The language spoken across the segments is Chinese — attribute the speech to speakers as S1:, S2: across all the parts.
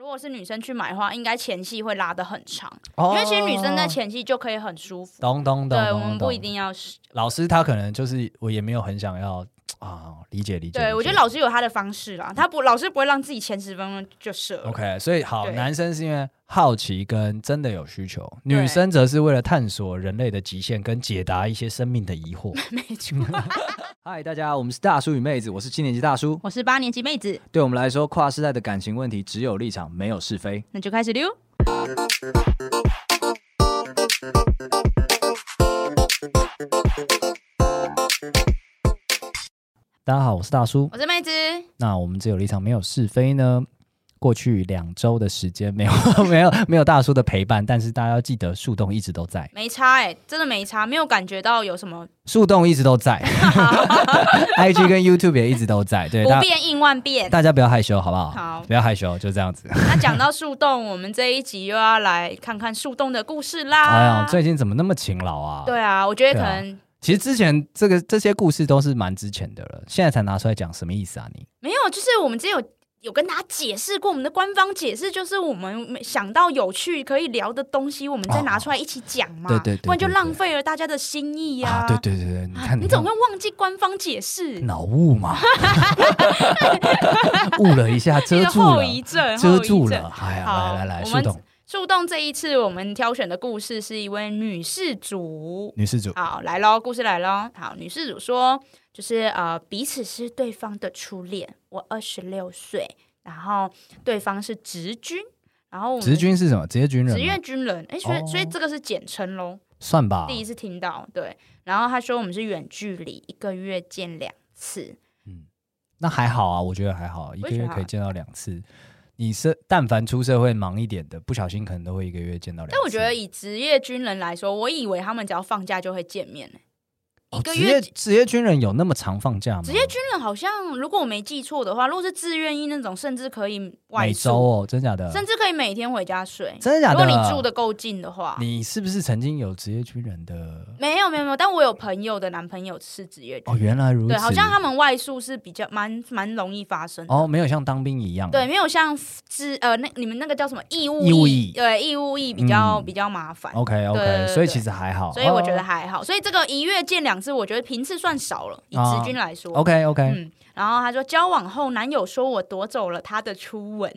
S1: 果是女生去买的话，应该前戏会拉的很长，
S2: 哦
S1: 因为其实女生在前戏就可以很舒服。
S2: 懂懂懂，
S1: 对，
S2: 懂
S1: 我们
S2: 懂
S1: 不一定要是。
S2: 老师他可能就是我也没有很想要啊，理解理解。
S1: 对，
S2: 理
S1: 我觉
S2: 解
S1: 得老师有他的方式啦，他不老师不会让自己前十分钟就射了。
S2: OK，所以好，
S1: 对
S2: 男生是因为好奇跟真的有需求，
S1: 对
S2: 女生则是为了探索人类的极限跟解答一些生命的疑 惑。
S1: 没错，
S2: 嗨，大家，我们是大叔与妹子， 我是七年级大叔。
S1: 我是八年级妹子，
S2: 对我们来说，跨世代的感情问题只有立场，没有是非。
S1: 那就开始溜。
S2: 大家好，我是大叔。
S1: 我是妹子，
S2: 那我们只有立场，没有是非呢？过去两周的时间没有 没有没有大叔的陪伴，但是大家要记得树洞一直都在，
S1: 没差哎、真的没差，没有感觉到有什么
S2: 树洞一直 都在，IG 跟 YouTube 也一直都在。对，
S1: 不
S2: 大家
S1: 变应万变。
S2: 大家不要害羞，好不好？
S1: 好
S2: 不要害羞，就这样子。
S1: 那讲到树洞，我们这一集又要来看看树洞的故事啦。
S2: 哎呀，最近怎么那么勤劳啊？，
S1: 对啊，我觉得
S2: 对
S1: 可
S2: 啊
S1: 能、
S2: 其实之前这个这些故事都是蛮之前的了，现在才拿出来讲，什么意思啊你？
S1: 没有，就是我们之前有有跟大家解释过，我们的官方解释就是我们想到有趣可以聊的东西，我们再拿出来一起讲嘛，
S2: 哦对对对
S1: 不然就浪费了大家的心意呀、
S2: 啊，对嗯对对对，你看
S1: 你
S2: 你
S1: 怎么
S2: 看
S1: 会忘记官方解释？
S2: 脑雾 嘛，雾了一下，
S1: 这
S2: 遮
S1: 个
S2: 住
S1: 后
S2: 了，
S1: 遗症，
S2: 遮住
S1: 后遗症
S2: 了。。哎呀，
S1: 好
S2: 来来来，
S1: 我
S2: 树
S1: 们
S2: 洞
S1: 树洞这一次我们挑选的故事是一位女事主。
S2: 女施主，
S1: 好，来喽，故事来喽。好，女事主说，就是呃，彼此是对方的初恋。我二十六岁，然后对方是职军，然后我们
S2: 职军是什么？职业军人
S1: 职
S2: 吗？
S1: 业军人，哎、所以、
S2: 哦
S1: 所以这个是简称喽。
S2: 算吧。
S1: 第一次听到，对。然后他说我们是远距离，一个月见两次，
S2: 那还好啊，我觉得还好，一
S1: 我
S2: 个
S1: 也觉
S2: 月
S1: 得
S2: 可以见到两次。你是但凡出社会忙一点的，不小心可能都会一个月见到两次。
S1: 但我觉得以职业军人来说，我以为他们只要放假就会见面呢、
S2: 哦
S1: 一个
S2: 职
S1: 月
S2: 业职业军人有那么长放假吗？
S1: 职业军人好像，如果我没记错的话，如果是自愿役那种，甚至可以外
S2: 每
S1: 宿
S2: 周哦，真假的？
S1: 甚至可以每天回家睡。
S2: 真的假
S1: 如
S2: 的？
S1: 果你住的够近的话，
S2: 你是不是曾经有职业军人的？
S1: 没有没有没有，但我有朋友的男朋友是职业军
S2: 哦，
S1: 人，
S2: 原来如此。
S1: 对，好像他们外宿是比较蛮蛮容易发生的。
S2: 哦，没有像当兵一样。
S1: 对，没有像之呃，那你们那个叫什么义务
S2: 义务
S1: 役
S2: 役
S1: 对，义务役比较、
S2: 嗯哦
S1: 比较麻烦，
S2: ，OK
S1: 对对
S2: OK，
S1: 对
S2: 所以其实还好。
S1: 所以我觉得还好。所以这个一月见两次，我觉得频次算少了，以
S2: 哦
S1: 职军来说。
S2: OK OK，
S1: 嗯，然后他说交往后，男友说我夺走了他的初 吻，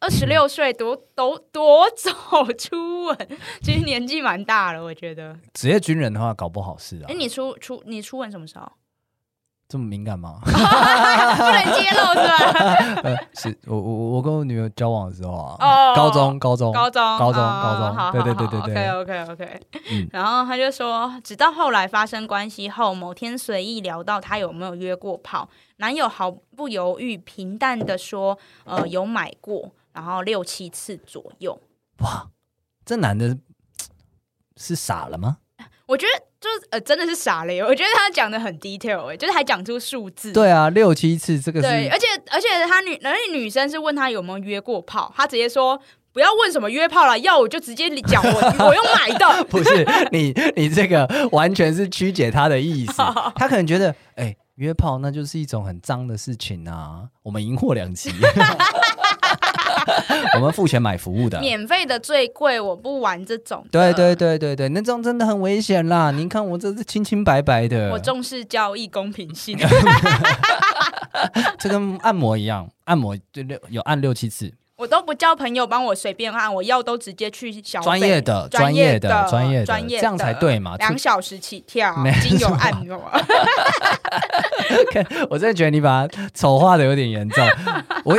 S1: 二十六岁夺夺夺走初吻，其实年纪蛮大了，我觉 得。
S2: 职业军人的话，搞不好是啊
S1: 哎，。你初初你初吻什么时 候？
S2: 这么敏感吗？
S1: 不能揭露是吧？
S2: 是我我我跟我女友交往的时候啊
S1: 哦，
S2: 高中高中
S1: 高中，
S2: 高中
S1: 哦
S2: 高中
S1: 好
S2: 对对对对对
S1: OK OK OK。
S2: 嗯
S1: 然后他就说，直到后来发生关系后，某天随意聊到他有没有约过炮，男友毫不犹豫、平淡的说，呃，有买过，然后六七次左右。
S2: 这男的是傻了吗？
S1: 我觉得就是呃，真的是傻了耶！我觉得他讲的很 detail 哎，就是还讲出数字。
S2: 对啊，六七次，这个
S1: 对，
S2: 是
S1: 而且而且他女而且女生是问他有没有约过炮，他直接说不要问什么约炮了，要我就直接讲 我我用买的。
S2: 不是你你这个完全是曲解他的意思。他可能觉得，哎、约炮那就是一种很脏的事情啊，我们赢货两 期，我们付钱买服务的。
S1: 免费的最贵，我不玩这种。
S2: 对对，对对对，那种真的很危险啦！您看我这是清清白白的，
S1: 我重视交易公平性。
S2: 这跟按摩一样，按摩就六有按六七次，
S1: 我都不叫朋友帮我随便啊按，我要都直接去小费
S2: 专业的
S1: 专
S2: 业
S1: 的
S2: 的专业的，
S1: 专业的
S2: 这样才对嘛？
S1: 两小时起跳
S2: 没，
S1: 精油按摩。
S2: 我真的觉得你把它丑化的有点严重。我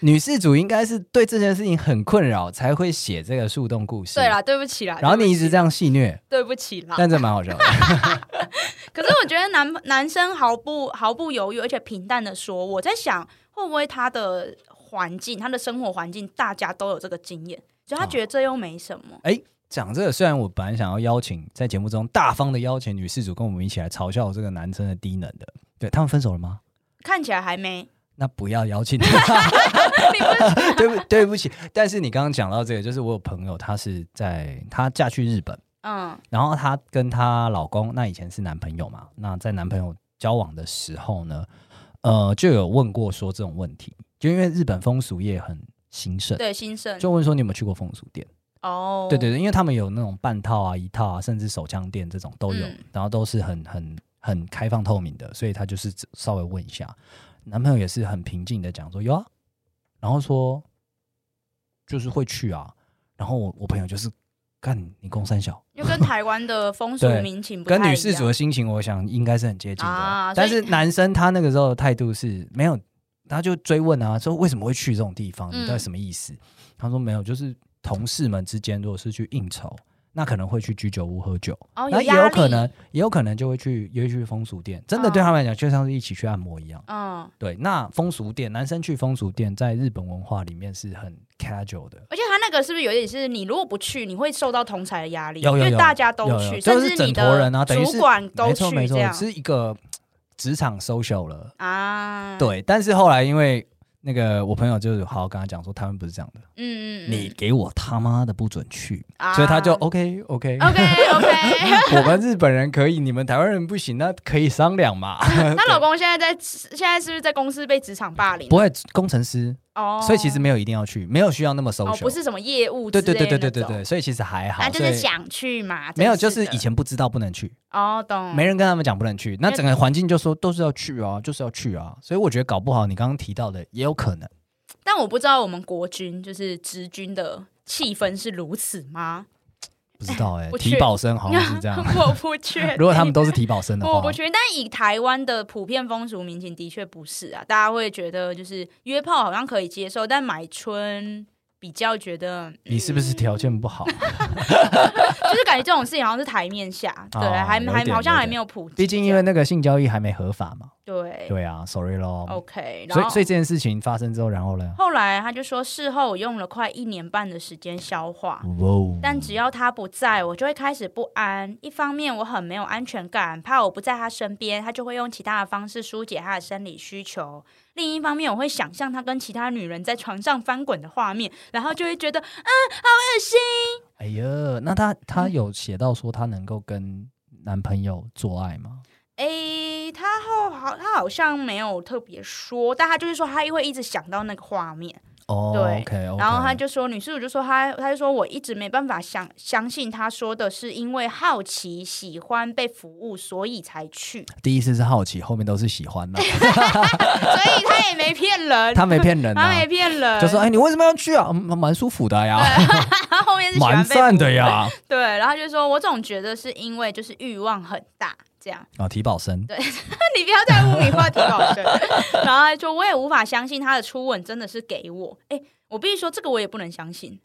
S2: 女事主应该是对这件事情很困扰，才会写这个树洞故事。
S1: 对啦，对不起啦。
S2: 然后
S1: 对不
S2: 你一直
S1: 起
S2: 这样戏虐，
S1: 对不起啦。
S2: 但这蛮好笑的。
S1: 可是我觉得男男生毫不毫不犹豫，而且平淡的说，我在想会不会他的环境，他的生活环境，大家都有这个经验，所以他
S2: 哦
S1: 觉得这又没什么。
S2: 讲这个，虽然我本来想要邀请在节目中大方的邀请女事主跟我们一起来嘲笑这个男生的低能的，对他们分手了吗？
S1: 看起来还没，
S2: 那不要邀 请，
S1: 你不是
S2: 对不对不起。但是你刚刚讲到这个，就是我有朋友，她是在她嫁去日本，
S1: 嗯
S2: 然后她跟她老公，那以前是男朋友嘛，那在男朋友交往的时候呢，呃，就有问过说这种问题，就因为日本风俗业很兴盛，
S1: 对新盛
S2: 就问说你有没有去过风俗店？
S1: 哦，
S2: 对对对，因为他们有那种半套啊、一套啊，甚至手枪店这种都有，
S1: 嗯
S2: 然后都是很很很开放透明的，所以他就是只稍微问一下。男朋友也是很平静的讲说有啊，然后说就是会去啊，然后我我朋友就是干你公三小，
S1: 因为跟台湾的风俗
S2: 对
S1: 民情不
S2: 跟
S1: 太
S2: 女
S1: 一
S2: 事主
S1: 样
S2: 的心情，我想应该是很接近的。
S1: 啊所
S2: 但
S1: 以
S2: 是男生他那个时候的态度是没有，他就追问啊，说为什么会去这种地方？
S1: 嗯
S2: 你到底什么意思？他说没有，就是同事们之间如果是去应酬，那可能会去居酒屋喝酒，
S1: 哦，
S2: 那、也
S1: 压
S2: 有
S1: 力
S2: 可能，也有可能就会去，也会去风俗店。真的
S1: 哦
S2: 对他们来讲，就像是一起去按摩一样。
S1: 嗯，
S2: 对，那风俗店，男生去风俗店，在日本文化里面是很 casual 的。
S1: 而且他那个是不是有点是你如果不去，你会受到同才的压力，
S2: 有
S1: 因
S2: 有
S1: 为
S2: 有
S1: 大家都
S2: 有有
S1: 去，
S2: 就
S1: 甚
S2: 是
S1: 至
S2: 整
S1: 你
S2: 坨人啊
S1: 的
S2: 等于是
S1: 主管都
S2: 没
S1: 去
S2: 错没
S1: 这
S2: 错，
S1: 样
S2: 是一个职场 social 了。
S1: 啊，，
S2: 对，但是后来因为那个我朋友就是好好跟他讲说，他们不是这样的，
S1: 嗯嗯，
S2: 你给我他妈的不准去，
S1: 嗯
S2: 所以他就
S1: 啊
S2: OK OK。
S1: OK OK。
S2: 我们日本人可以，你们台湾人不行，那可以商量嘛。
S1: 那老公现在在现在是不是在公司被职场霸凌
S2: 不？会，工程师，
S1: 哦，
S2: 所以其实没有一定要去，没有需要那么
S1: 哦
S2: social。
S1: 不是什么业务之
S2: 对
S1: 类的
S2: 对对对对对
S1: 那种
S2: 对，所以其实还好。
S1: 啊，就
S2: 所
S1: 是
S2: 以
S1: 想去嘛，
S2: 没有，就
S1: 真
S2: 是
S1: 的
S2: 以前不知道不能去，
S1: 哦，懂
S2: 没人跟他们讲不能去，那
S1: 因为
S2: 整个环境就说都是要去啊，就是要去啊。所以我觉得搞不好你刚刚提到的也有可能，
S1: 但我不知道我们国军就是直军的气氛是如此吗？
S2: 不知道哎、
S1: 不确
S2: 体保生好像 是这样。
S1: 我不确定。
S2: 啊如果他们都是体保生的话，
S1: 我不确定，但以台湾的普遍风俗民情，的确不是啊。大家会觉得就是约炮好像可以接受，但买春比较觉得
S2: 你是不是条件 不好？
S1: 就是感觉这种事情好像是台面下，对，
S2: 哦
S1: 还
S2: 有
S1: 还
S2: 点
S1: 好像
S2: 有
S1: 还
S2: 点
S1: 没有普及这样。
S2: 毕竟因为那个性交易还没合法嘛。
S1: 对
S2: 对啊，sorry 咯。
S1: ，OK，然
S2: 所
S1: 后
S2: 以所以这件事情发生之后，然后呢？
S1: 后来他就说，事后我用了快一年半的时间消化。
S2: 哇哦
S1: 但只要他不在，我就会开始不安。一方面我很没有安全感，怕我不在他身边，他就会用其他的方式疏解他的生理需求；另一方面，我会想象他跟其他女人在床上翻滚的画面，然后就会觉得，嗯，好恶心。
S2: 哎呀，那她她有写到说她能够跟男朋友做爱吗？
S1: 诶，他后好，他好像没有特别说，但他就是说他会一直想到那个画面。
S2: 哦
S1: 对
S2: ，OK，
S1: 然后他就说，女事主就说他，他就说我一直没办法相相信他说的是因为好奇、喜欢被服务，所以才去，
S2: 第一次是好奇，后面都是喜欢呐、
S1: 所以他也没骗人，
S2: 她没骗 人
S1: 他
S2: 啊
S1: 没，骗人，
S2: 就说哎、你为什么要去啊？嗯蛮舒服的呀，
S1: 他后面是喜欢
S2: 蛮
S1: 被
S2: 赞的
S1: 服务，
S2: 呀。
S1: 对，然后他就说我总觉得是因为就是欲望很大这样。
S2: 啊，体保生，
S1: 你不要再污名化提保 生。然后他就我也无法相信他的初吻真的是给我，哎，我必须说这个我也不能相信，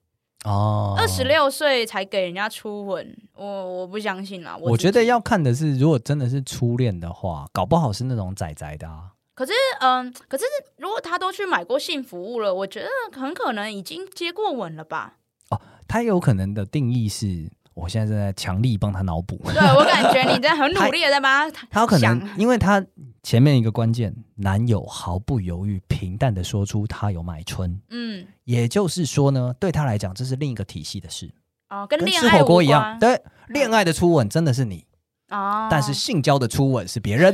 S2: 哦，
S1: 二十。六岁才给人家初吻，我我不相信啦。
S2: 我
S1: 自
S2: 觉得
S1: 己，
S2: 要看的是，如果真的是初恋的话，搞不好是那种仔仔的啊。
S1: 可是嗯，可是如果他都去买过性服务了，我觉得很可能已经接过吻了吧。
S2: 他有可能的定义是，我现在正在强力帮他脑补。
S1: 对我感觉你在很努力的在帮他
S2: 他有可能，
S1: 想
S2: 因为他前面一个关键，男友毫不犹豫、平淡的说出他有买春，
S1: 嗯。
S2: 也就是说呢，对他来讲，这是另一个体系的事，
S1: 哦，跟
S2: 跟
S1: 恋
S2: 吃
S1: 爱
S2: 火
S1: 无
S2: 锅
S1: 关嗯
S2: 一样。对，恋爱的初吻真的是你，
S1: 哦，
S2: 但是性交的初吻是 别人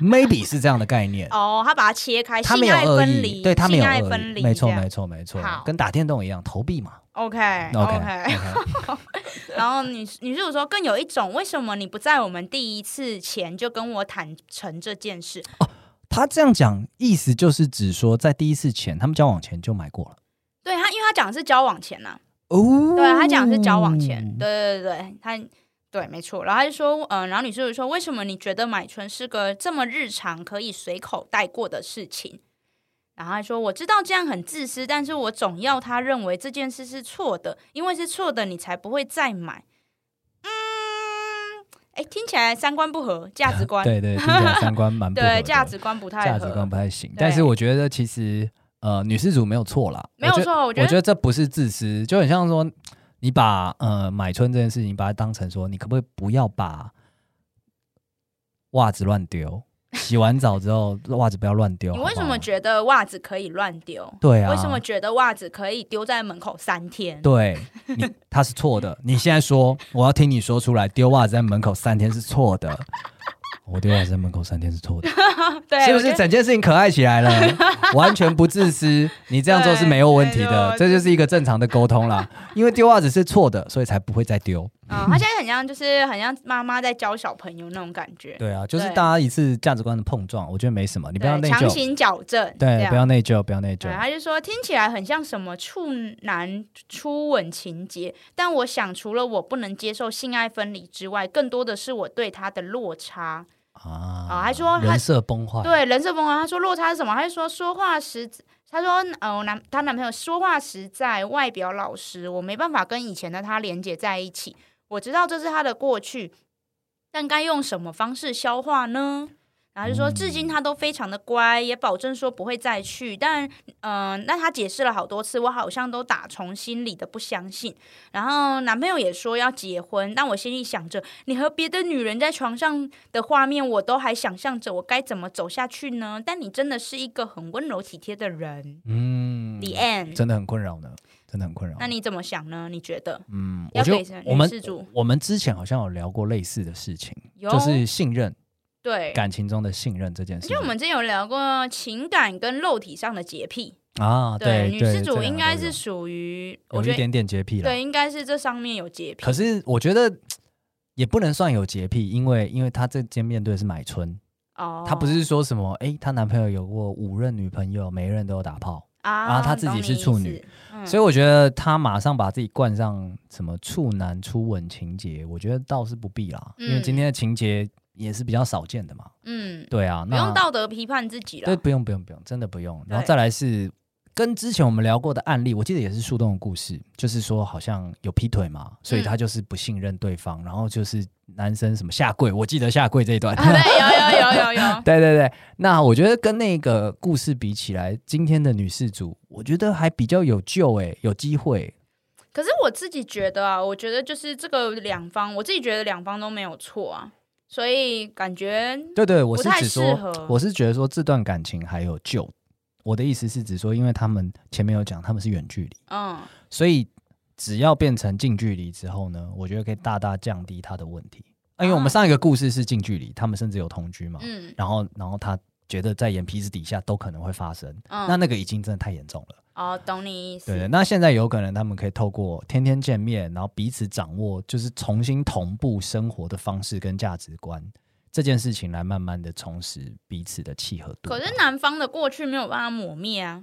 S2: ，maybe 是这样的概念。
S1: 哦，他把它切开，
S2: 他
S1: 性
S2: 没有
S1: 爱
S2: 恶
S1: 分
S2: 意，
S1: 离，
S2: 对他没有
S1: 性爱
S2: 恶
S1: 分
S2: 意，
S1: 离，
S2: 没错
S1: 这样
S2: 没错没错
S1: 好，
S2: 跟打电动一样，投币 嘛。
S1: OK
S2: OK
S1: OK。然后女女室友说，更有一种，为什么你不在我们第一次前就跟我坦诚这件事？
S2: 他这样讲，意思就是指说，在第一次前，他们交往前就买过了。
S1: 对他，因为他讲的是交往前呐、啊
S2: 哦，
S1: 对他讲的是交往前，
S2: 嗯
S1: 对对对对，他对没错。然后他就说，嗯、然后女室友说，为什么你觉得买春是个这么日常可以随口带过的事情？然后他说，我知道这样很自私，但是我总要他认为这件事是错的，因为是错的，你才不会再买。嗯，哎，听起来三观不合，价值观
S2: 对对，听起来三观蛮不合
S1: 对
S2: 的
S1: 价值观不太
S2: 价
S1: 合，
S2: 值观不太行。
S1: 对
S2: 但是我觉得其实呃，女施主没有错啦，
S1: 没有
S2: 我觉得。
S1: 错。我
S2: 我
S1: 觉得
S2: 这不是自私，就很像说你把呃买春这件事情，把它当成说你可不可以不要把袜子乱丢，洗完澡之后袜子不要乱丢。
S1: 你
S2: 好
S1: 为
S2: 不
S1: 什么
S2: 好
S1: 觉得袜子可以乱丢？
S2: 啊对啊？
S1: 为什么觉得袜子可以丢在门口三天？
S2: 对你他是错的？你现在说，我要听你说出来，丢袜子在门口三天是错的。 我对外在门口三天是错的，
S1: 对，
S2: 是不
S1: 我觉
S2: 是
S1: 得
S2: 整件事情可爱起来 了？完全不自私，你这样做是没有问题的，
S1: 对
S2: 这就是一个正常的沟通啦。因为丢袜子是错的，所以才不会再丢。
S1: 嗯，他现在很像，就是很像妈妈在教小朋友那种感觉。
S2: 对啊，就是
S1: 对
S2: 大家一次价值观的碰撞，我觉得没什么，你
S1: 你
S2: 不要内
S1: 强
S2: 疚，
S1: 行矫正，这
S2: 对，
S1: 样
S2: 不要内疚，不要内疚
S1: 对，。啊他就说听起来很像什么处男初吻情节，但我想除了我不能接受性爱分离之外，更多的是我对他的落差。
S2: 啊
S1: 哦还说他
S2: 人设崩坏，
S1: 对人设崩溃，他说落差是什么？他就说说话实，他说呃，我男她男朋友说话实在，外表老实，我没办法跟以前的他连接在一起。我知道这是他的过去，但该用什么方式消化呢？然后就说，至今他都非常的乖，也保证说不会再去。但，嗯、那他解释了好多次，我好像都打从心里的不相信。然后男朋友也说要结婚，但我心里想着，你和别的女人在床上的画面，我都还想象着我该怎么走下去呢？但你真的是一个很温柔体贴的人。
S2: 嗯
S1: The end。
S2: 真的很困扰呢，真的很困扰。
S1: 那你怎么想呢？你觉得
S2: 嗯，
S1: 要
S2: 我觉
S1: 给
S2: 得
S1: 谁
S2: 我们
S1: 女施主
S2: 我们之前好像有聊过类似的事情，
S1: 有
S2: 就是信任
S1: 对？
S2: 感情中的信任这件事
S1: 就
S2: 情。
S1: 我们之前有聊过情感跟肉体上的洁癖，
S2: 啊，对，
S1: 女
S2: 对
S1: 施主应该。
S2: 这两个都
S1: 是
S2: 有
S1: 属于，我
S2: 有
S1: 觉
S2: 一
S1: 得
S2: 点点洁癖了。
S1: 对，应该是这上面有洁癖。
S2: 可是我觉得也不能算有洁癖，因为因为她这间面对的是买春，
S1: 哦，
S2: 她、不是说什么哎，她、男朋友有过五任女朋友，每一任都有打炮，
S1: 啊，
S2: 啊她自己
S1: 懂
S2: 是
S1: 你意
S2: 处女
S1: 思，嗯
S2: 所以我觉得她马上把自己冠上什么处男初吻情节，我觉得倒是不必啦，因为
S1: 嗯
S2: 今天的情节也是比较少见的嘛。
S1: 嗯，
S2: 对啊，
S1: 不
S2: 那
S1: 用道德批判自己
S2: 对，
S1: 了。
S2: 不用不用不用，真的不用。然后
S1: 对
S2: 再来是跟之前我们聊过的案例，我记得也是树洞的故事，就是说好像有劈腿嘛，所以
S1: 嗯
S2: 他就是不信任对方，然后就是男生什么下跪，我记得下跪这一段。
S1: 啊， 对，有有有有有，
S2: 对对对，那我觉得跟那个故事比起来，今天的女事主，我觉得还比较有救诶、有机会。
S1: 可是我自己觉得啊，我觉得就是这个两方，我自己觉得两方都没有错啊，所以感觉
S2: 对对，我
S1: 不
S2: 是
S1: 太
S2: 指
S1: 适
S2: 说
S1: 合，
S2: 我是觉得说这段感情还有救。我的意思是指说，因为他们前面有讲他们是远距离。
S1: 嗯
S2: 所以只要变成近距离之后呢，我觉得可以大大降低他的问题。啊因为我们
S1: 啊
S2: 上一个故事是近距离，他们甚至有同居嘛，
S1: 嗯
S2: 然后然后他觉得在眼皮子底下都可能会发生，
S1: 嗯，
S2: 那那个已经真的太严重了。
S1: 哦，懂你意思，
S2: 对的，那现在有可能他们可以透过天天见面，然后彼此掌握，就是重新同步生活的方式跟价值观这件事情，来慢慢的重拾彼此的契合度吧。
S1: 可是男方的过去没有办法抹灭啊，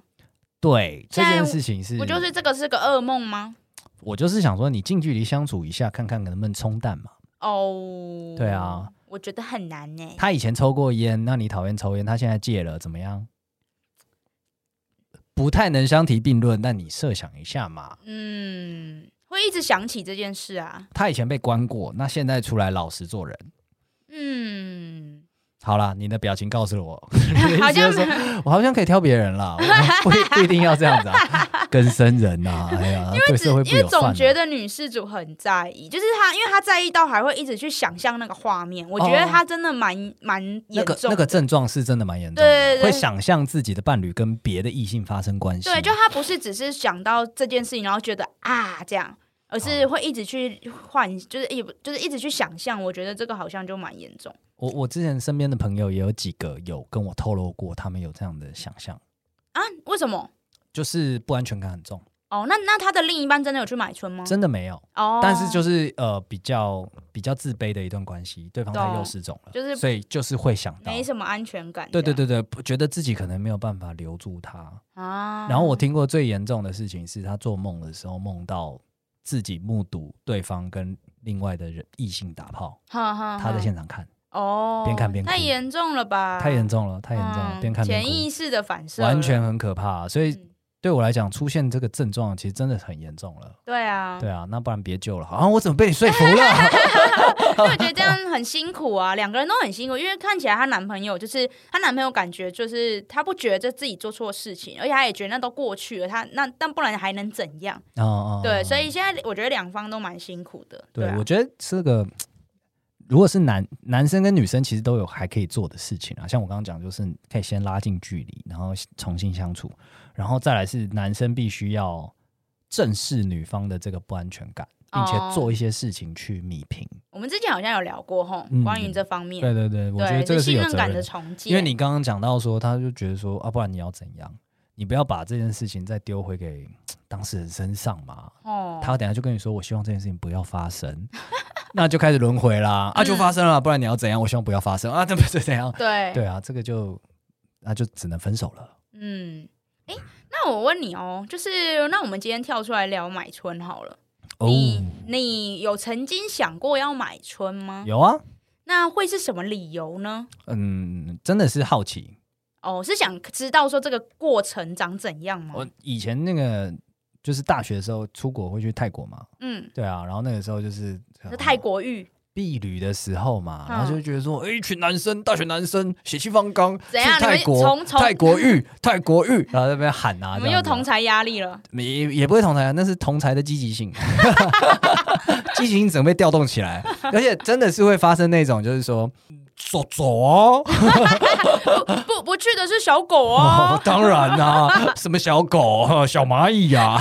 S2: 对这
S1: 现在
S2: 件事情是，
S1: 不就是这个是个噩梦吗？
S2: 我就是想说，你近距离相处一下，看看能不能冲淡嘛。
S1: 哦，
S2: 对啊，
S1: 我觉得很难呢、
S2: 他以前抽过烟，那你讨厌抽烟，他现在戒了，怎么样？不太能相提并论，但你设想一下嘛，
S1: 嗯，会一直想起这件事啊，
S2: 他以前被关过，那现在出来老实做人。
S1: 嗯，
S2: 好啦，你的表情告诉了我，
S1: 好像
S2: 就是 我好像可以挑别人啦，我 不不一定要这样 子啊，跟生人呐、啊，哎呀，对社会不
S1: 因为
S2: 友善、
S1: 总
S2: 啊。
S1: 觉得女事主很在意，就是她，因为她在意到还会一直去想象那个画面。我觉得她真的蛮蛮
S2: 哦那
S1: 严
S2: 个
S1: 重
S2: 那个
S1: 的，
S2: 症状是真的蛮严重的，
S1: 对对对
S2: 会想象自己的伴侣跟别的异性发生关系，
S1: 对，就她不是只是想到这件事情，然后觉得啊这样，而是会一直去幻，就是也不就是一直去想象。我觉得这个好像就蛮严重。
S2: 我我之前身边的朋友也有几个有跟我透露过，他们有这样的想象，
S1: 啊？为什么？
S2: 就是不安全感很重，
S1: 哦，那那她的另一半真的有去买春吗？
S2: 真的没有。
S1: 哦，
S2: 但是就是呃比较比较自卑的一段关系，对方他
S1: 懂
S2: 又失踪了，
S1: 哦就是
S2: 所以就是会想到，
S1: 没什么安全感。
S2: 对对对对，不觉得自己可能没有办法留住他。
S1: 这样啊。
S2: 然后我听过最严重的事情是，他做梦的时候梦到自己目睹对方跟另外的人异性打炮，
S1: 哈哈哈
S2: 他在现场看，
S1: 哦，
S2: 边看边哭
S1: 太严重了吧？
S2: 太严重了，太严重了，
S1: 嗯
S2: 边看边
S1: 潜
S2: 哭，
S1: 意识的反射了，
S2: 完全很可怕。所以
S1: 嗯
S2: 对我来讲，出现这个症状其实真的很严重了。
S1: 对啊，
S2: 对啊，那不然别救了。好、啊，我怎么被你说服 了？
S1: 因为我觉得这样很辛苦啊，两个人都很辛苦，因为看起来她男朋友就是她男朋友，感觉就是她不觉得自己做错事情，而且她也觉得那都过去了，她那但不然还能怎样？
S2: 哦哦，
S1: 对，
S2: 哦
S1: 所以现在我觉得两方都蛮辛苦的。
S2: 对
S1: 对啊
S2: 我觉得这个如果是男男生跟女生，其实都有还可以做的事情啊。像我刚刚讲，就是可以先拉近距离，然后重新相处，然后再来是男生必须要正视女方的这个不安全感。并且
S1: 哦
S2: 做一些事情去弭平。
S1: 我们之前好像有聊过吼
S2: 嗯，
S1: 关于这方面，
S2: 对对对，我觉得
S1: 对，
S2: 这个
S1: 信
S2: 有
S1: 任
S2: 责
S1: 感
S2: 任
S1: 的
S2: 的，
S1: 重建。
S2: 因为你刚刚讲到说，他就觉得说啊，不然你要怎样？你不要把这件事情再丢回给当事人身上嘛。
S1: 哦，
S2: 他等一下就跟你说，我希望这件事情不要发生， 那就开始轮回
S1: 嗯
S2: 啦。啊，就发生了，不然你要怎样？我希望不要发生啊，那不是怎样？
S1: 对
S2: 对啊，这个就那就只能分手了。
S1: 嗯，诶，那我问你哦，就是那我们今天跳出来聊买春好了，
S2: 哦，
S1: 你你有曾经想过要买春吗？
S2: 有啊，
S1: 那会是什么理由呢？
S2: 嗯，真的是好奇。
S1: 哦，是想知道说这个过程长怎样吗
S2: 我？以前那个就是大学的时候出国会去泰国嘛，
S1: 嗯，
S2: 对啊，然后那个时候就是呃
S1: 是泰国浴
S2: 避旅的时候嘛，
S1: 嗯
S2: 然后就觉得说，哎、一群男生，大学男生血气方刚，去
S1: 怎样
S2: 泰
S1: 你
S2: 国
S1: 们从从
S2: 泰国浴，泰国浴，然后在那边喊啊，
S1: 我
S2: 这
S1: 们又
S2: 样子啊
S1: 同才压力 了。
S2: 也也不会同台啊，那是同台的积极性， 积极性整个被调动起来，而且真的是会发生那种，就是说走走哦，
S1: 不不去的是小狗
S2: 哦
S1: 哦，
S2: 当然啦、什么小狗、 小蚂蚁呀、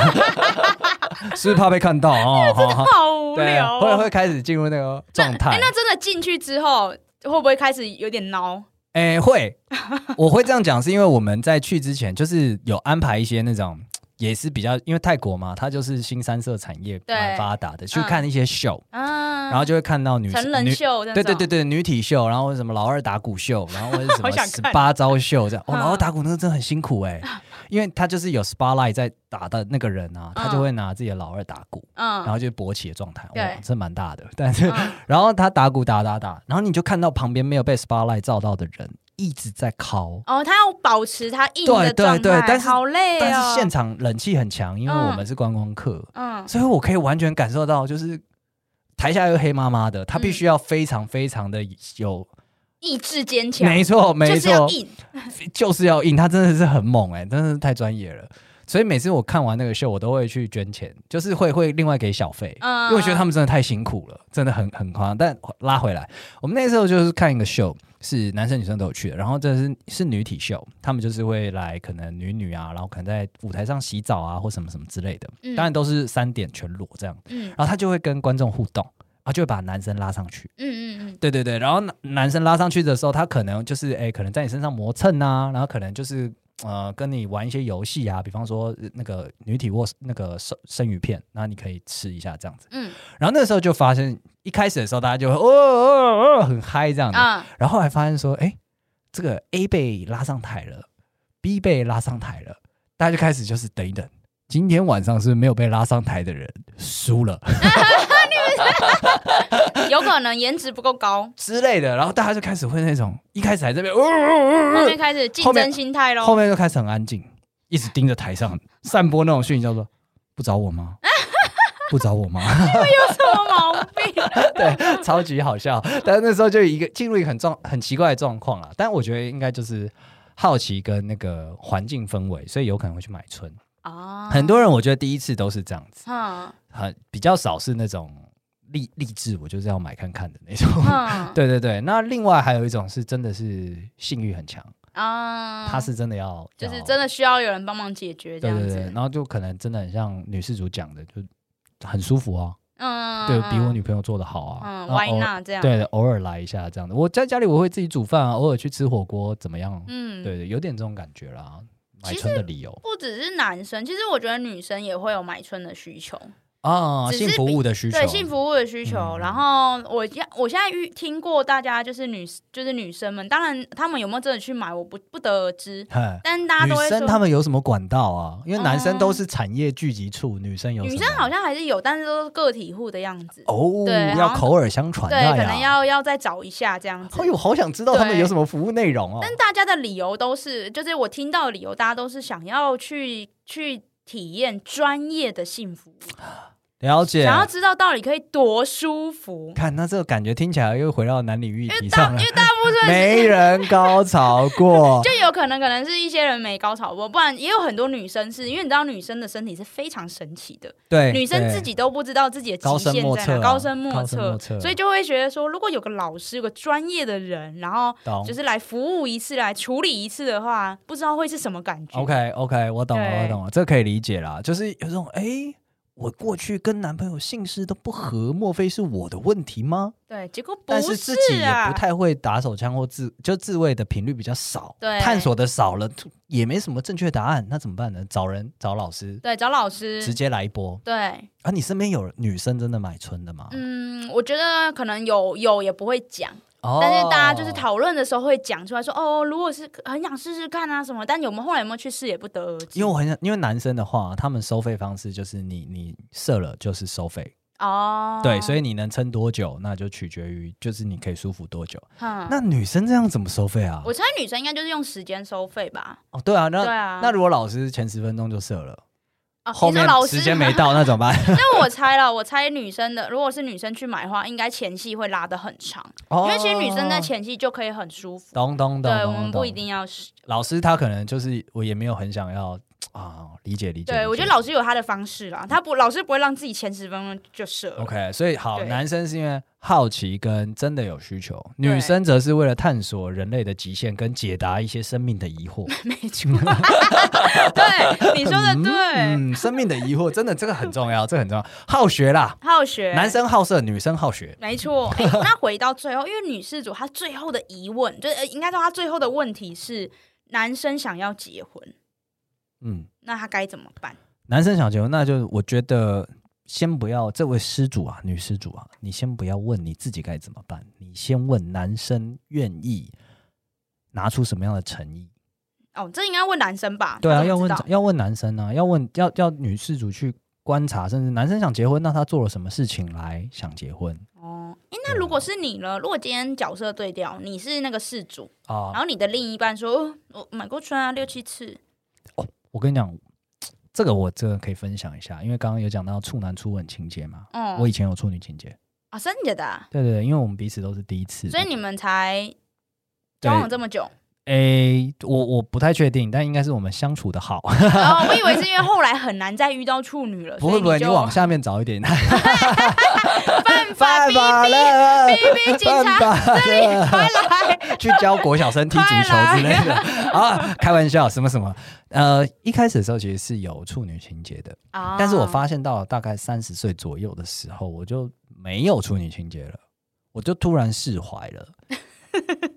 S2: 是不是怕被看到 哦？哈哈
S1: 好无
S2: 对
S1: 聊、
S2: 啊，会
S1: 哦
S2: 会。开始进入那个状态
S1: 哎，，那真的进去之后，会不会开始有点挠？
S2: 哎、会，我会这样讲，是因为我们在去之前就是有安排一些那种。也是比较，因为泰国嘛，它就是新三色产业
S1: 对
S2: 蛮发达的，去
S1: 嗯
S2: 看一些秀，
S1: 嗯，
S2: 然后就会看到女
S1: 成
S2: 女
S1: 人秀那种，
S2: 对对对对，女体秀，然后什么老二打 鼓秀，然后或者什
S1: 好
S2: 么
S1: 想
S2: 十
S1: 看
S2: 八招秀这样。哦，
S1: 嗯
S2: 老二打鼓那个真的很辛苦哎、因为他就是有 spotlight 在打的那个人啊，他就会拿自己的老二打鼓，
S1: 嗯，
S2: 然后就勃起的状态，哇
S1: 对，
S2: 这蛮大的。但是，
S1: 嗯
S2: 然后他打鼓打打打，然后你就看到旁边没有被 spotlight 照到的人一直在敲。
S1: 哦，他要保持他硬
S2: 对
S1: 的
S2: 对
S1: 状态，
S2: 对但是
S1: 好累哦。
S2: 但是现场冷气很强，因为
S1: 嗯
S2: 我们是观光客，
S1: 嗯
S2: 所以我可以完全感受到，就是台下又黑麻麻的，他必
S1: 嗯
S2: 须要非常非常的有
S1: 意志坚强，
S2: 没错，没
S1: 就是要
S2: 错，
S1: 硬，
S2: 就是要硬，他真的是很猛哎、真的是太专业了。所以每次我看完那个秀，我都会去捐钱，就是会会另外给小费，
S1: 嗯
S2: 因为我觉得他们真的太辛苦了，真的很很夸张。但拉回来，我们那时候就是看一个秀，是男生女生都有去的，然后这是是女体秀，他们就是会来可能女女啊，然后可能在舞台上洗澡啊或什么什么之类的，
S1: 嗯
S2: 当然都是三点全裸这样，
S1: 嗯
S2: 然后他就会跟观众互动，然后就会把男生拉上去，
S1: 嗯嗯
S2: 对对对，然后男男生拉上去的时候，他可能就是哎，可能在你身上磨蹭啊，然后可能就是呃跟你玩一些游戏啊，比方说呃那个女体握那个生生鱼片，那你可以吃一下这样子。
S1: 嗯
S2: 然后那时候就发现，一开始的时候大家就会哦哦哦很嗨这样
S1: 嗯
S2: 子，
S1: 啊，
S2: 然后后来发现说，哎，这个 A 被拉上台了，B 被拉上台了，大家就开始就是等一等，今天晚上是没有被拉上台的人输了。
S1: 嗯有可能颜值不够 高，
S2: 之类的，然后大家就开始会那种一开始还在那边，哦哦
S1: 后
S2: 哦
S1: 面开始竞
S2: 后面
S1: 争心态
S2: 哦后
S1: 喽。
S2: 面就开始很安静，一直盯着台上散播那种讯息，叫做不找我吗？ 不找我吗？
S1: 有什么毛病？
S2: 对，超级好笑。但是那时候就一个进入一个很状很奇怪的状况啦。但我觉得应该就是好奇跟那个环境氛围，所以有可能会去买春。
S1: 啊，
S2: 很多人我觉得第一次都是这样子，
S1: 嗯
S2: 很比较少是那种励励志，我就是要买看看的那种。
S1: 嗯
S2: 对对对，那另外还有一种是真的是性欲很强，
S1: 啊，
S2: 他是真的要，
S1: 就是
S2: 要
S1: 真的需要有人帮忙解决这
S2: 对
S1: 样
S2: 对
S1: 子
S2: 对，，然后就可能真的很像女事主讲的，就很舒服啊，
S1: 嗯，
S2: 对比我女朋友做的好啊，
S1: 嗯
S2: 然后
S1: ，Why
S2: 偶尔
S1: not 这样？
S2: 对，偶尔来一下这样的。我在家里我会自己煮饭啊，偶尔去吃火锅怎么样？
S1: 嗯，
S2: 对对，有点这种感觉啦，买
S1: 其实
S2: 春的理由
S1: 不只是男生，其实我觉得女生也会有买春的需求。
S2: 啊，
S1: 只是
S2: 性服务的需求，
S1: 对性服务的需求。
S2: 嗯
S1: 然后我现我现在遇听过大家就是女就是女生们，当然她们有没有真的去买，我不不得而知。
S2: 嗨。
S1: 但大家
S2: 女
S1: 都会
S2: 生他
S1: 说，
S2: 们有什么管道啊？因为男生
S1: 嗯
S2: 都是产业聚集处，女生有
S1: 女
S2: 什
S1: 生
S2: 么
S1: 好像还是有，但是都是个体户的样子。
S2: 哦，
S1: 对好像
S2: 要口耳相传的
S1: 对，
S2: 呀。
S1: 可能要要再找一下这样子
S2: 哎。呦，好想知道他们
S1: 对
S2: 有什么服务内容哦。
S1: 但大家的理由都是，就是我听到的理由，大家都是想要去去体验专业的幸福，
S2: 了解，
S1: 想要知道到底可以多舒服。
S2: 看，那这个感觉听起来又回到男女议题
S1: 大
S2: 上
S1: 因
S2: 了。
S1: 为大部分，
S2: 没人高潮过
S1: 就有可能，可能是一些人没高潮过，不然也有很多女生是因为你知道女生的身体是非常神奇的，
S2: 对，
S1: 女生
S2: 对
S1: 自己都不知道自己的极限
S2: 高深莫
S1: 在
S2: 测
S1: 哪，
S2: 啊
S1: 高深莫
S2: 高深莫
S1: 测，
S2: 测
S1: 所以就会觉得说，如果有个老师，有个专业的人，然后
S2: 懂
S1: 就是来服务一次，来处理一次的话，不知道会是什么感觉。
S2: OK OK，我懂了，
S1: 对
S2: 我懂了，这可以理解啦。就是有种哎，我过去跟男朋友姓氏都不合，莫非是我的问题吗？
S1: 对，结果不
S2: 但
S1: 是
S2: 是自己也
S1: 啊，
S2: 不太会打手枪或自，就自慰的频率比较少，
S1: 对
S2: 探索的少了，也没什么正确答案，那怎么办呢？找人找老师，
S1: 对，找老
S2: 直
S1: 师。
S2: 接来一波
S1: 对，
S2: 啊！你身边有女生真的买春的吗？
S1: 嗯，我觉得可能有有也不会讲，
S2: 哦
S1: 但是大家就是讨论的时候会讲出来说，哦，如果是很想试试看啊什么，但有没有后来有没有去试也不得而知。
S2: 因为我很想，因为男生的话，他们收费方式就是你你射了就是收费，
S1: 哦，
S2: 对，所
S1: 以
S2: 以你能撑多久，那就取决于就是你可以舒服多久。
S1: 哼，
S2: 那女生这样怎么收费啊
S1: 哦我？猜女生应该就是用时间收费吧？
S2: 哦，对啊，那
S1: 对啊
S2: 那如果老师前十分钟就射了，
S1: 啊，
S2: 后
S1: 你说
S2: 面
S1: 老师
S2: 时间没到，那怎么办？
S1: 那我猜了，我猜女生的，如果是女生去买的话，应该前戏会拉得很长，
S2: 因
S1: 因为其实女生在前戏就可以很舒服。
S2: 懂哦懂懂，
S1: 对，
S2: 懂
S1: 我们
S2: 懂
S1: 不一定要是。
S2: 老师他可能就是我也没有很想要啊，理解理解。
S1: 对，
S2: 理
S1: 我觉
S2: 解
S1: 得老师有他的方式啦，他不老师不会让自己前十分钟就射了。
S2: OK，所以好，
S1: 对
S2: 男生是因为好奇跟真的有需求，
S1: 对
S2: 女生则是为了探索人类的极限跟解答一些生命的疑惑。
S1: 没错， 对 你说的对，
S2: 嗯，生命的疑惑真的这个很重要，这个很重要。好学啦，
S1: 好学
S2: 男。生好色，女生好学。
S1: 没 错，哎、那回到最后，因为女事主她最后的疑问，就是、呃应该说她最后的问题是，男生想要结婚，
S2: 嗯，
S1: 那她该怎么办？
S2: 男生想结婚，那就我觉得先不要这位施主啊，女施主啊，你先不要问你自己该怎么办，你先问男生愿意拿出什么样的诚意。
S1: 哦，这应该问男生吧？
S2: 对啊，
S1: 你怎
S2: 要
S1: 么知
S2: 问
S1: 道
S2: 要问男生啊，要问要要女施主去观察，甚至男生想结婚，那他做了什么事情来想结婚
S1: 哦，哎，那如果是你呢？如果今天角色对调，你是那个事主，
S2: 啊
S1: 然？后你的另一半说，哦我买过春啊六七次，
S2: 我跟你讲，这个我这个可以分享一下，因为刚刚有讲到处男初吻情节嘛，我
S1: 嗯，
S2: 以前有处女情节，
S1: 啊，真的假的啊，
S2: 对对对，因为我们彼此都是第一次，
S1: 所以你们才
S2: 对
S1: 交往这么 久，
S2: 诶，我我不太确定，但应该是我们相处的好，
S1: 哦，我以为是因为后来很难再遇到处女了，
S2: 不会不
S1: 所
S2: 会，
S1: 以
S2: 你
S1: 就
S2: 往下面找一点，
S1: 犯法
S2: 犯
S1: 逼
S2: 法了，
S1: 逼警
S2: 犯
S1: 察
S2: 法了。
S1: 快来，
S2: 去教国小生踢足球之类的啊，开玩笑，什么什么，呃，一开始的时候其实是有处女情节的，
S1: 啊
S2: 但是我发现到了大概三十岁左右的时候，我就没有处女情节了，我就突然释怀了。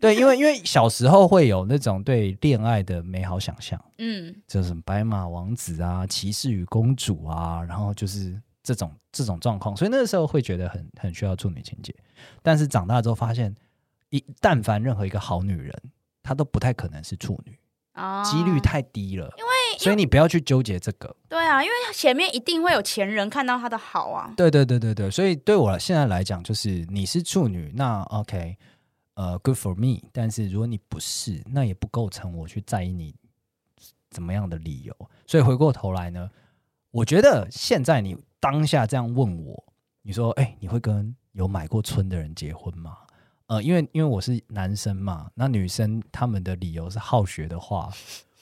S2: 对，因为因为小时候会有那种对恋爱的美好想象，
S1: 嗯，
S2: 就是什么白马王子啊、骑士与公主啊，然后就是这种这种状况，所以那个时候会觉得很很需要处女情节。但是长大之后发现，一但凡任何一个好女人，她都不太可能是处女，
S1: 啊，
S2: 几率太低了。因为所以你不要去纠结这个。
S1: 对啊，因为前面一定会有前人看到他的好 啊，
S2: 对对对对对，所以对我现在来讲，就是你是处女，那 OK，呃，good for me。但是如果你不是，那也不构成我去在意你怎么样的理由。所以回过头来呢，我觉得现在你当下这样问我，你说，哎、你会跟有买过春的人结婚吗？呃，因为因为我是男生嘛，那女生他们的理由是好学的话，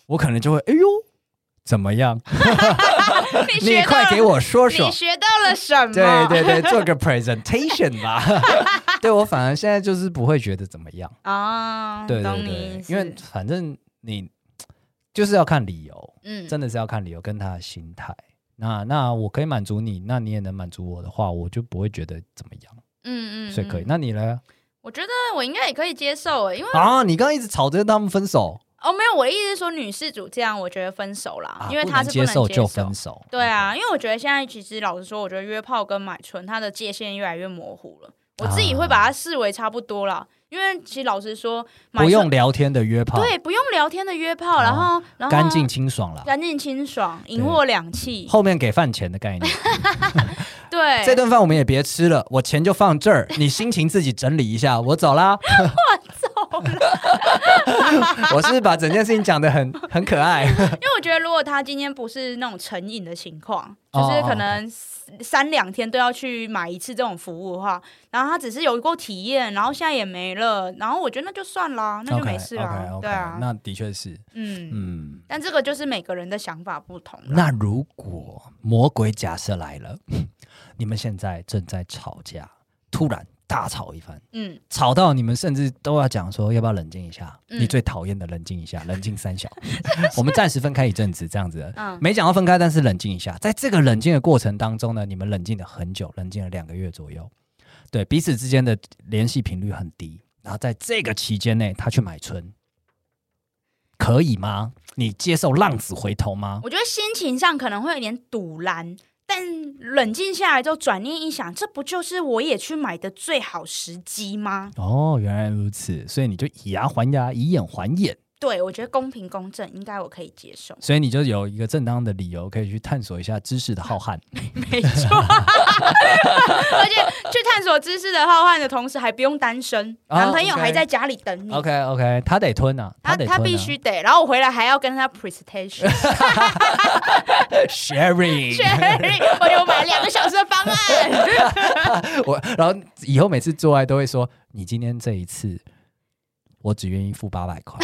S2: 我可能就会，哎呦，怎么样？你
S1: 学到
S2: 快
S1: 了
S2: 给我说说
S1: 你，学到了什么？
S2: 对对对，做个 presentation 吧。 对我反而现在就是不会觉得怎么样，
S1: 啊，
S2: 对
S1: 懂
S2: 对
S1: 你意
S2: 对，
S1: 思，
S2: 因为反正你就是要看理由，
S1: 嗯，
S2: 真的是要看理由跟他的心态。那那我可以满足你，那你也能满足我的话，我就不会觉得怎么样，
S1: 嗯嗯，
S2: 所以可以。
S1: 嗯。
S2: 那你呢？
S1: 我觉得我应该也可以接受欸诶，因为
S2: 啊，你刚刚一直吵着跟他们分手，
S1: 哦，没有，我的意思是说女事主这样，我觉得分手啦，
S2: 啊
S1: 因为
S2: 不
S1: 他
S2: 能
S1: 是
S2: 接
S1: 不能
S2: 受
S1: 接
S2: 就分手。
S1: 对啊，因为我觉得现在其实老实说，我觉得约炮跟买春它的界限越来越模糊了，我自
S2: 啊
S1: 己会把它视为差不多啦。因为其实老实说，买
S2: 不用
S1: 春
S2: 聊天的约炮，哦
S1: 对不啊用聊天的约炮，然后然后
S2: 干净清爽啦。
S1: 干净清爽，赢货两气，
S2: 后面给饭钱的概念，
S1: 对，
S2: 这顿饭我们也别吃了，我钱就放 这儿，你心情自己整理一下，我走啦。 我是把整件事情讲得很很可爱，
S1: 因为我觉得，如果他今天不是那种成瘾的情况，
S2: 哦
S1: 就是可能三三两天都要去买一次这种服务的话，然后他只是有过体验，然后现在也没了，然后我觉得那就算啦， 那就没事啦
S2: o k o k o k
S1: 对啊，
S2: 那的确是，
S1: 嗯。
S2: 嗯。
S1: 但这个就是每个人的想法不同啦。
S2: 那如 果魔鬼假设来了，你们现在正在吵架，突然大吵一番，
S1: 嗯，
S2: 吵到你们甚至都要讲说要不要冷静一下，
S1: 嗯
S2: 你最讨厌的冷静一下，冷静三小， 我们暂时分开一阵子这样子，
S1: 嗯
S2: 没讲到分开，但是冷静一下，在这个冷静的过程当中呢，你们冷静了很久，冷静了两个月左右，对彼此之间的联系频率很低，然后在这个期间内，他去买春，可以吗？你接受浪子回头吗？
S1: 我觉得心情上可能会有点堵然，但冷静下来之后，转念一想，这不就是我也去买的最好时机吗？
S2: 哦，原来如此，所以你就以牙还牙，以眼还眼，。
S1: 对，我觉得公平公正，应该我可以接受
S2: 所以你就有一个正当的理由可以去探索一下知识的浩瀚。
S1: 没错， 而且去探索知识的浩瀚的同时，还不用单身，
S2: 哦
S1: 男朋友
S2: OK
S1: 还在家里等你。
S2: OK OK，他哦得吞啊，
S1: 嗯他
S2: 得
S1: 他
S2: 吞、啊，
S1: 必须得，然后我回来还要跟他 presentation。
S2: sharing。
S1: Sherry，我有买了两个小时的方案。
S2: 我然后以后每次做爱都会说，你今天这一次，我只愿意付八百块。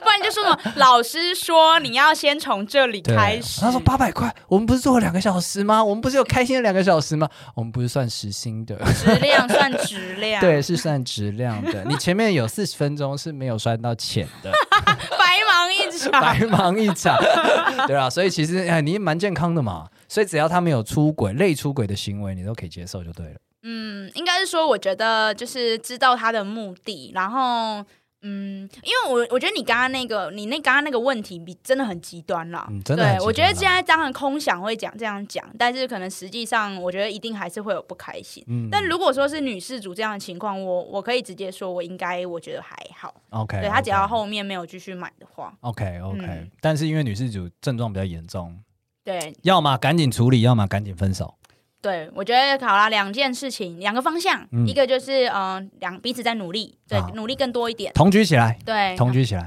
S1: 不然就说什么老师说你要先从这 里
S2: 对啊
S1: 开始。
S2: 他说八百块，我们不是做了两个小时吗？我们不是有开心的两个小时吗？我们不是算时薪 的，
S1: 质量算质量，
S2: 对，是算质量 的。你前面有四十分钟是没有赚到钱的。
S1: 白忙一场
S2: 白。忙一场， 对啊，所以其实哎，你蛮健康的嘛，所以只要他没有出轨、类出轨的行为，你都可以接受就对了。
S1: 嗯，应该是说，我觉得就是知道他的目的，然后。嗯，因为我我觉得你刚刚那个，你那刚刚那个问题比真的很极端啦。
S2: 嗯真的很极端啦
S1: 对，我觉得现在当然空想会讲这样讲，但是可能实际上，我觉得一定还是会有不开心。
S2: 嗯
S1: 但如果说是女事主这样的情况，我我可以直接说，我应该我觉得还好。
S2: 哎 OK，
S1: 对他只要后面没有继续买的话，
S2: OK OK，、
S1: 嗯
S2: 但是因为女事主症状比较严重，
S1: 对
S2: 要么赶紧处理，要么赶紧分手。
S1: 对，我觉得好啦，两件事情，两个方向，
S2: 嗯
S1: 一个就是呃，两彼此在努力，对，
S2: 啊
S1: 努力更多一点，
S2: 同居起来，
S1: 对，
S2: 同居起来，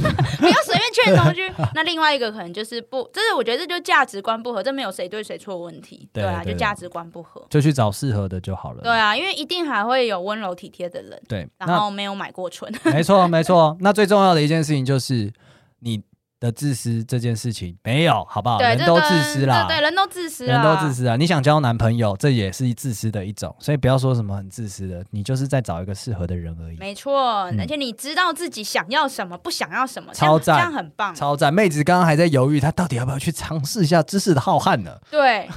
S1: 不要随便劝同居。 那另外一个可能就是不，这是我觉得这就价值观不合，这没有谁对谁错的问题，
S2: 对
S1: 啊，
S2: 对
S1: 就价值观不合。
S2: 就去找适合的就好了。
S1: 对啊，因为一定还会有温柔体贴的人，
S2: 对，
S1: 然后没有买过 春，
S2: 那 没错没错。那最重要的一件事情就是你的自私这件事情没有，好不好？
S1: 对，
S2: 人
S1: 这
S2: 都
S1: 跟
S2: 自私啦，
S1: 对，对啊人都自私啦，
S2: 人都自私啊！你想交男朋友，这也是一自私的一种，所以不要说什么很自私的，你就是在找一个适合的人而已。
S1: 没错，而且你知道自己想要什么，不想要什么，这
S2: 嗯超
S1: 样这
S2: 赞
S1: 样很棒。
S2: 超赞！妹子刚刚还在犹豫，她到底要不要去尝试一下知识的浩瀚呢？
S1: 对，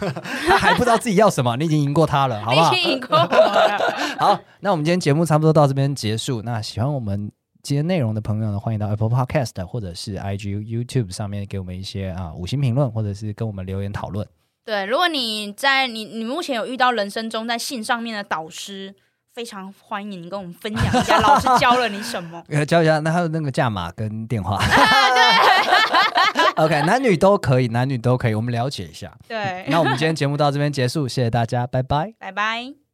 S2: 她还不知道自己要什么，你已经赢过 她了， 好
S1: 你
S2: 不
S1: 已
S2: 好？
S1: 经赢过我了。
S2: 好，那我们今天节目差不多到这边结束。那喜欢我们今天内容的朋友呢，欢迎到 Apple Podcast 或者是 IG、YouTube 上面给我们一些啊五星评论，或者是跟我们留言讨论。
S1: 对，如果你在你你目前有遇到人生中在性上面的导师，非常欢迎你跟我们分享一下老师教了你什么。
S2: 呃，教一下，那还有那个价码跟 电话。OK，男 女都可以， 男女都可以，我们了解一下。
S1: 对，
S2: 那我们今天节目到这边结束，谢谢大家，拜拜。
S1: 拜拜。